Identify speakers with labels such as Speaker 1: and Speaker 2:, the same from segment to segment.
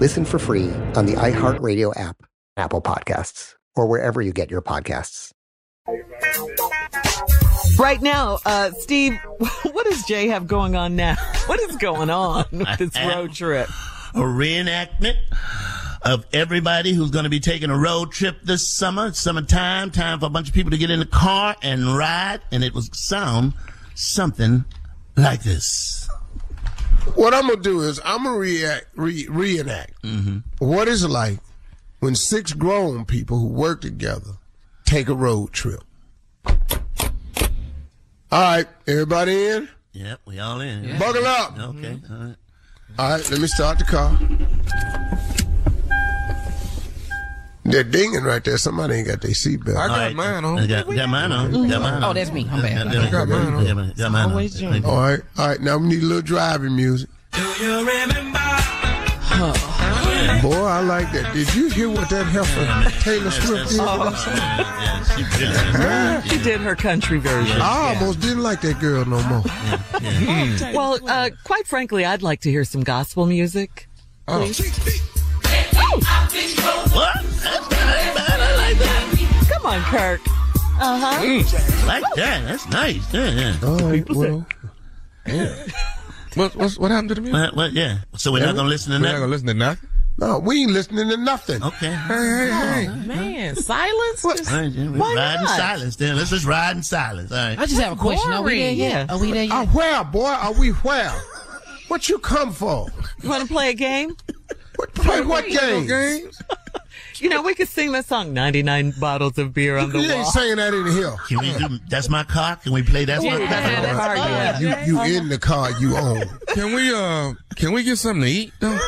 Speaker 1: Listen for free on the iHeartRadio app, Apple Podcasts, or wherever you get your podcasts.
Speaker 2: Right now, uh, Steve, what does Jay have going on now? What is going on with this road trip?
Speaker 3: A reenactment of everybody who's going to be taking a road trip this summer. It's summertime, time for a bunch of people to get in the car and ride, and it will sound something like this.
Speaker 4: What I'm gonna do is I'm gonna react, re, reenact mm-hmm. what is it like when six grown people who work together take a road trip. All right, everybody in?
Speaker 3: Yep, we all in.
Speaker 4: Yeah. Buckle up.
Speaker 3: Okay. Mm-hmm. All right.
Speaker 4: All right. Let me start the car. They're dinging right there. Somebody ain't got their seatbelt.
Speaker 5: I got right. mine on. I
Speaker 3: got, got mine on. Mm-hmm. Got mine on.
Speaker 2: Mm-hmm. Oh, that's me. I'm bad.
Speaker 5: I got mine on.
Speaker 3: Got mine, got mine
Speaker 2: Always on.
Speaker 4: All right, all right. Now we need a little driving music. Do you remember? Huh. Boy, I like that. Did you hear what that heifer yeah, Taylor Swift did?
Speaker 2: Oh. she did her country version.
Speaker 4: I almost yeah. didn't like that girl no more.
Speaker 2: Yeah, well, uh, quite frankly, I'd like to hear some gospel music. Oh. Please.
Speaker 3: What? That's not bad. I like that.
Speaker 2: Come on, Kirk. Uh huh.
Speaker 3: Mm, like that. That's nice. Yeah, yeah.
Speaker 4: All right, Oh, well, yeah.
Speaker 5: what, what happened to the music?
Speaker 3: What, what, yeah. So we're yeah, not going to listen to
Speaker 5: we're
Speaker 3: nothing?
Speaker 5: We're not going to listen to nothing?
Speaker 4: No, we ain't listening to nothing.
Speaker 5: Oh.
Speaker 3: Okay. Hey,
Speaker 5: hey, hey.
Speaker 2: Oh, man, silence? What? Just,
Speaker 3: right, yeah,
Speaker 2: why
Speaker 3: ride
Speaker 2: not?
Speaker 3: in silence then. Let's just ride in silence. All right. I
Speaker 6: just have a question. Boring. Are we there yet? Yeah. Are we there yet? Uh,
Speaker 4: where, boy? Are we where? what you come for?
Speaker 2: You want to play a game?
Speaker 4: What, play what game? games?
Speaker 2: You know, we could sing the song "99 Bottles of Beer on the
Speaker 4: you
Speaker 2: Wall."
Speaker 4: You ain't saying that in here.
Speaker 3: Can we do "That's My Car"? Can we play "That's
Speaker 2: yeah,
Speaker 3: My Car"?
Speaker 2: That's
Speaker 4: yeah,
Speaker 2: car yeah.
Speaker 4: You, you okay. in the car you own?
Speaker 5: Can we uh? Can we get something to eat though?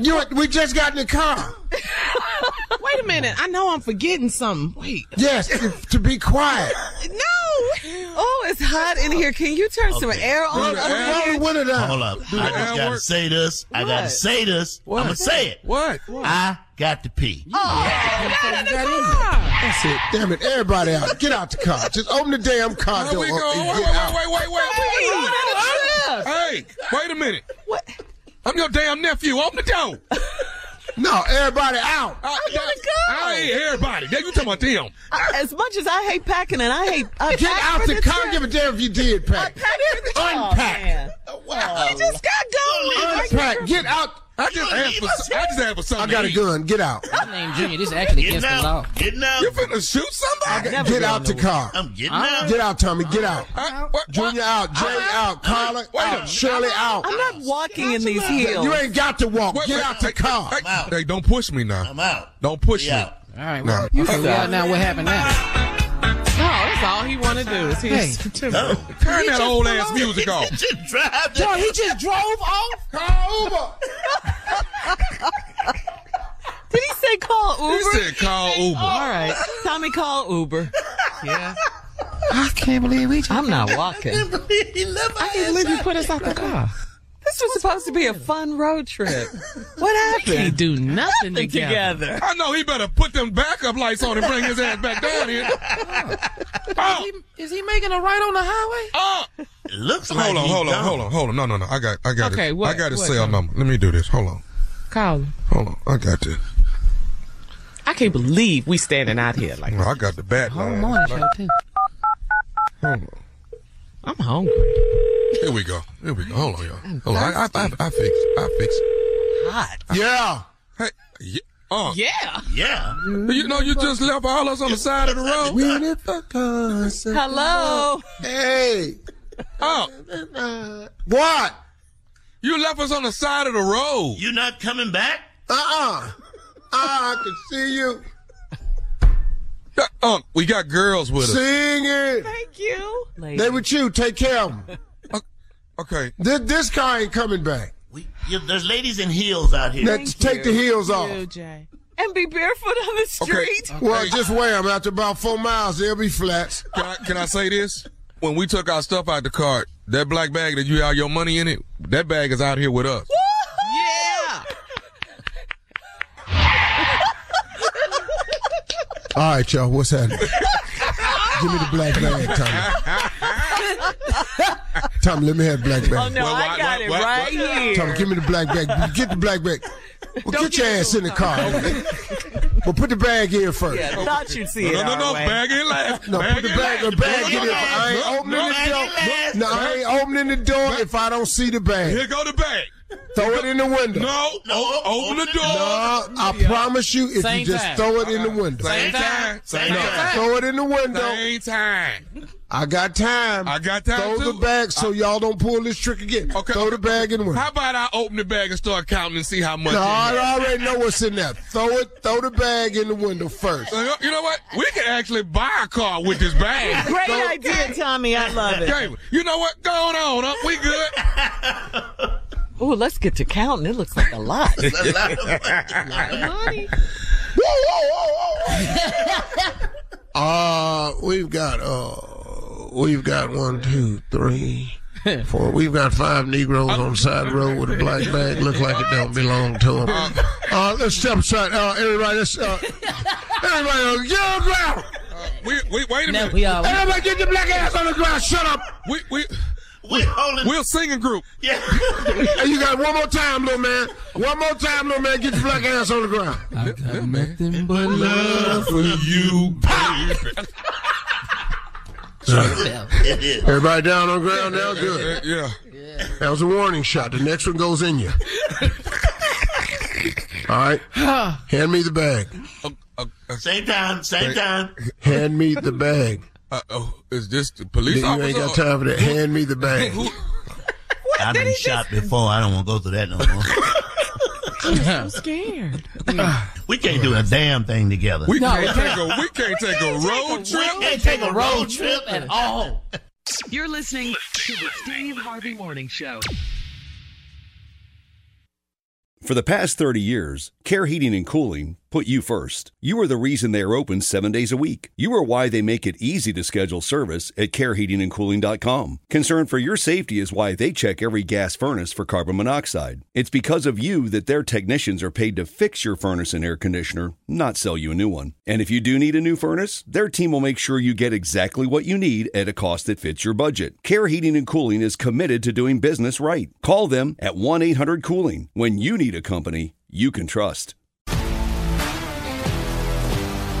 Speaker 4: You, we just got in the car.
Speaker 6: Wait a minute. I know I'm forgetting something. Wait.
Speaker 4: Yes, if, to be quiet.
Speaker 6: no.
Speaker 2: Oh, it's hot in here. Can you turn okay. some air on?
Speaker 4: Air, winter down.
Speaker 3: Hold up. Do I just got to say this. What? I got to say this. What? I'm going to say it.
Speaker 4: What? what?
Speaker 3: I got to pee.
Speaker 6: Oh, yeah. get out of the car.
Speaker 4: That's it. Damn it. Everybody out. Get out the car. Just open the damn car
Speaker 5: Where door.
Speaker 4: Wait,
Speaker 5: wait, wait, wait, wait, wait, wait.
Speaker 6: Hey,
Speaker 5: hey, wait a minute.
Speaker 6: What?
Speaker 5: I'm your damn nephew. Open the door.
Speaker 4: No, everybody out.
Speaker 5: I,
Speaker 2: gotta
Speaker 5: that's-
Speaker 2: go.
Speaker 5: I ain't everybody. Now you talking about them.
Speaker 2: I- as much as I hate packing and I hate I
Speaker 4: Get
Speaker 2: pack
Speaker 4: out
Speaker 2: for
Speaker 4: the
Speaker 2: the
Speaker 4: car.
Speaker 2: trip.
Speaker 4: Give a damn if you did,
Speaker 2: Pack
Speaker 4: Pat.
Speaker 2: for the trip.
Speaker 4: Unpack.
Speaker 2: Oh, man. I just got going.
Speaker 4: Unpack. Get out.
Speaker 5: I just asked for. I just asked for
Speaker 4: I
Speaker 5: something.
Speaker 4: got
Speaker 5: to
Speaker 4: a
Speaker 5: eat.
Speaker 4: gun. Get out.
Speaker 7: My name Junior. This is actually
Speaker 3: Getting
Speaker 7: against the law.
Speaker 3: out. Getting out.
Speaker 5: You finna shoot somebody?
Speaker 2: never
Speaker 4: Get
Speaker 2: going
Speaker 4: out the car.
Speaker 3: I'm getting out.
Speaker 4: Get out, Tommy. Get out.
Speaker 5: Huh? What- what?
Speaker 4: Junior out. Jay out. Carla
Speaker 5: Wait a
Speaker 4: out.
Speaker 5: minute.
Speaker 4: Shirley out.
Speaker 2: I'm
Speaker 7: Oh,
Speaker 2: not walking in these heels.
Speaker 4: You ain't got to walk.
Speaker 5: Wait,
Speaker 4: Get
Speaker 5: wait,
Speaker 4: out the
Speaker 5: hey,
Speaker 4: car.
Speaker 5: hey,
Speaker 3: out.
Speaker 5: Hey, don't push me now.
Speaker 3: I'm out.
Speaker 5: Don't push
Speaker 3: Be
Speaker 5: me.
Speaker 3: out.
Speaker 7: All right. Well, okay, we out now. What happened now?
Speaker 6: No, that's all he want to do is he's
Speaker 3: No.
Speaker 5: Turn that old ass music off.
Speaker 3: Just drive
Speaker 6: Oh,
Speaker 3: that.
Speaker 6: he just drove off.
Speaker 4: Call Uber.
Speaker 2: Did he say call
Speaker 5: He
Speaker 2: Uber?
Speaker 5: said call Uber.
Speaker 2: All right, Tommy, call Uber.
Speaker 6: Yeah.
Speaker 7: I can't believe we just.
Speaker 2: I'm not walking.
Speaker 3: I can't believe he left my
Speaker 6: I can't
Speaker 3: ass
Speaker 6: believe you
Speaker 3: out.
Speaker 6: put us out the car.
Speaker 2: This was supposed to be a fun road trip. What
Speaker 7: We
Speaker 2: happened?
Speaker 7: do nothing together.
Speaker 2: Together.
Speaker 5: I know he better put them backup lights on and bring his ass back down here. Oh,
Speaker 7: Is he making a right on the highway?
Speaker 5: oh.
Speaker 3: It looks like
Speaker 5: Hold on,
Speaker 3: he
Speaker 5: hold on,
Speaker 3: gone.
Speaker 5: hold on, hold on. No, no, no. I got, I got
Speaker 6: Okay,
Speaker 5: it.
Speaker 6: what-
Speaker 5: I got his
Speaker 6: what,
Speaker 5: cell
Speaker 6: Tony?
Speaker 5: number. Let me do this. Hold on,
Speaker 6: Call him.
Speaker 5: hold on. I got this.
Speaker 6: I can't believe we standing out here like
Speaker 5: No, I got the bat
Speaker 7: Whole
Speaker 5: line.
Speaker 7: morning show too.
Speaker 5: Hold on.
Speaker 6: I'm hungry.
Speaker 5: Here we go. Here we go. Hold on, y'all. Hold on. I, I, I, I fix. it. I fix. it.
Speaker 4: Yeah.
Speaker 5: Hey, yeah. Uh,
Speaker 6: Yeah.
Speaker 3: Yeah.
Speaker 5: You know, you just left all us on the side of the road.
Speaker 2: Hello.
Speaker 4: Hey.
Speaker 5: Oh,
Speaker 4: What?
Speaker 5: you left us on the side of the road.
Speaker 3: You not coming back?
Speaker 4: Uh-uh. Uh, I can see you
Speaker 5: Uh, we got girls with us.
Speaker 4: singing.
Speaker 2: Thank you.
Speaker 4: They with you. Take care of them.
Speaker 5: Okay.
Speaker 4: This, this car ain't coming back.
Speaker 3: We, you, there's ladies in heels out here.
Speaker 4: Let's take the heels off.
Speaker 6: Jay.
Speaker 2: and be barefoot on the street.
Speaker 4: Well, just wear them. After about four miles, they'll be flats.
Speaker 5: Can I, can I say this? When we took our stuff out the cart, that black bag that you had your money in it, that bag is out here with us.
Speaker 6: Yeah.
Speaker 4: All right, y'all. What's happening? Give me the black bag, Tommy. Tommy, let me have the black bag.
Speaker 2: Oh no,
Speaker 5: Well,
Speaker 2: I
Speaker 5: what-
Speaker 2: got
Speaker 5: what-
Speaker 2: it
Speaker 5: what-
Speaker 2: right
Speaker 5: what-
Speaker 2: here.
Speaker 4: Tommy, give me the black bag. Get the black bag. Well, get your ass in the car. well, put the bag in first.
Speaker 2: I thought you'd see it.
Speaker 5: No, no,
Speaker 2: our
Speaker 5: no,
Speaker 2: way.
Speaker 5: bag in last.
Speaker 4: No, put the
Speaker 5: in
Speaker 4: bag,
Speaker 5: last.
Speaker 4: the bag in
Speaker 5: No,
Speaker 4: it. I ain't
Speaker 5: no,
Speaker 4: opening
Speaker 5: no,
Speaker 4: the
Speaker 5: bag in
Speaker 4: door.
Speaker 5: last.
Speaker 4: No, I ain't opening the door if I don't see the
Speaker 5: Here
Speaker 4: bag.
Speaker 5: go the bag.
Speaker 4: Throw it in the window. No,
Speaker 5: No,
Speaker 3: No,
Speaker 5: o- open the
Speaker 3: open
Speaker 5: door.
Speaker 3: the
Speaker 4: I promise you, if you
Speaker 7: Same
Speaker 4: just
Speaker 7: time.
Speaker 4: throw it in the window.
Speaker 5: Same time.
Speaker 3: Same
Speaker 5: Same time.
Speaker 3: time.
Speaker 4: Throw it in the window.
Speaker 5: Same time.
Speaker 4: I got time.
Speaker 5: I got time,
Speaker 4: Throw
Speaker 5: too.
Speaker 4: the bag so y'all don't pull this trick again.
Speaker 5: Okay.
Speaker 4: Throw the bag in the window.
Speaker 5: How about I open the bag and start counting and see how much?
Speaker 4: No,
Speaker 5: in
Speaker 4: I
Speaker 5: there?
Speaker 4: already know what's in there. Throw it. Throw the bag in the window first.
Speaker 5: You know- uh, You know what? We can actually buy a car with this bag.
Speaker 2: Great idea, Tommy. I love it.
Speaker 5: Okay. You know what? Go on, on up. We good.
Speaker 2: Oh, let's get to counting. It looks like a lot.
Speaker 3: A lot of money.
Speaker 4: Uh, we've got uh, we've got one, two, three, four. We've got five Negroes on the side of the road with a black bag. Look like it don't belong to them. Uh, let's step aside. Uh, everybody, let's uh, everybody uh, on the ground.
Speaker 5: Uh, We we wait a
Speaker 7: No,
Speaker 5: minute.
Speaker 7: we all.
Speaker 4: Everybody, get your black ass on the ground. Shut up.
Speaker 5: We we
Speaker 3: We holding.
Speaker 5: we're a singing group.
Speaker 3: yeah.
Speaker 4: Hey, you got one more time, little man. One more time, little man. Get your black ass on the ground.
Speaker 7: I got nothing but love.
Speaker 5: For you,
Speaker 3: it is.
Speaker 4: Everybody down on the ground now. Good.
Speaker 5: yeah.
Speaker 4: That was a warning shot. The next one goes in you. All right. Hand me the bag.
Speaker 5: Uh, uh, uh,
Speaker 3: Same time. Same time.
Speaker 4: Hand me the bag.
Speaker 5: uh, oh, is this the police
Speaker 4: You
Speaker 5: officer?
Speaker 4: ain't got
Speaker 5: or-
Speaker 4: time for that. Hand me the bag.
Speaker 5: Who,
Speaker 3: I've been shot before. I don't want to go through that no more.
Speaker 6: I'm scared.
Speaker 3: we can't do a damn thing together.
Speaker 5: we can't take a we can't take a road trip.
Speaker 3: can't take a road trip at all.
Speaker 8: You're listening to the Steve Harvey Morning Show.
Speaker 9: For the past 30 years, Care Heating and Cooling
Speaker 5: put you first. You are the reason they are open seven days a week. You are why they make it easy to schedule service at careheatingandcooling.com. Concern for your safety is why they check every gas furnace for carbon monoxide. It's because of you that their technicians are paid to fix your furnace and air conditioner, not sell you a new one. And if you do need a new furnace, their team will make sure you get exactly what you need at a cost that fits your budget. Care Heating and Cooling is committed to doing business right. Call them at 1 800 Cooling when you need a company you can trust.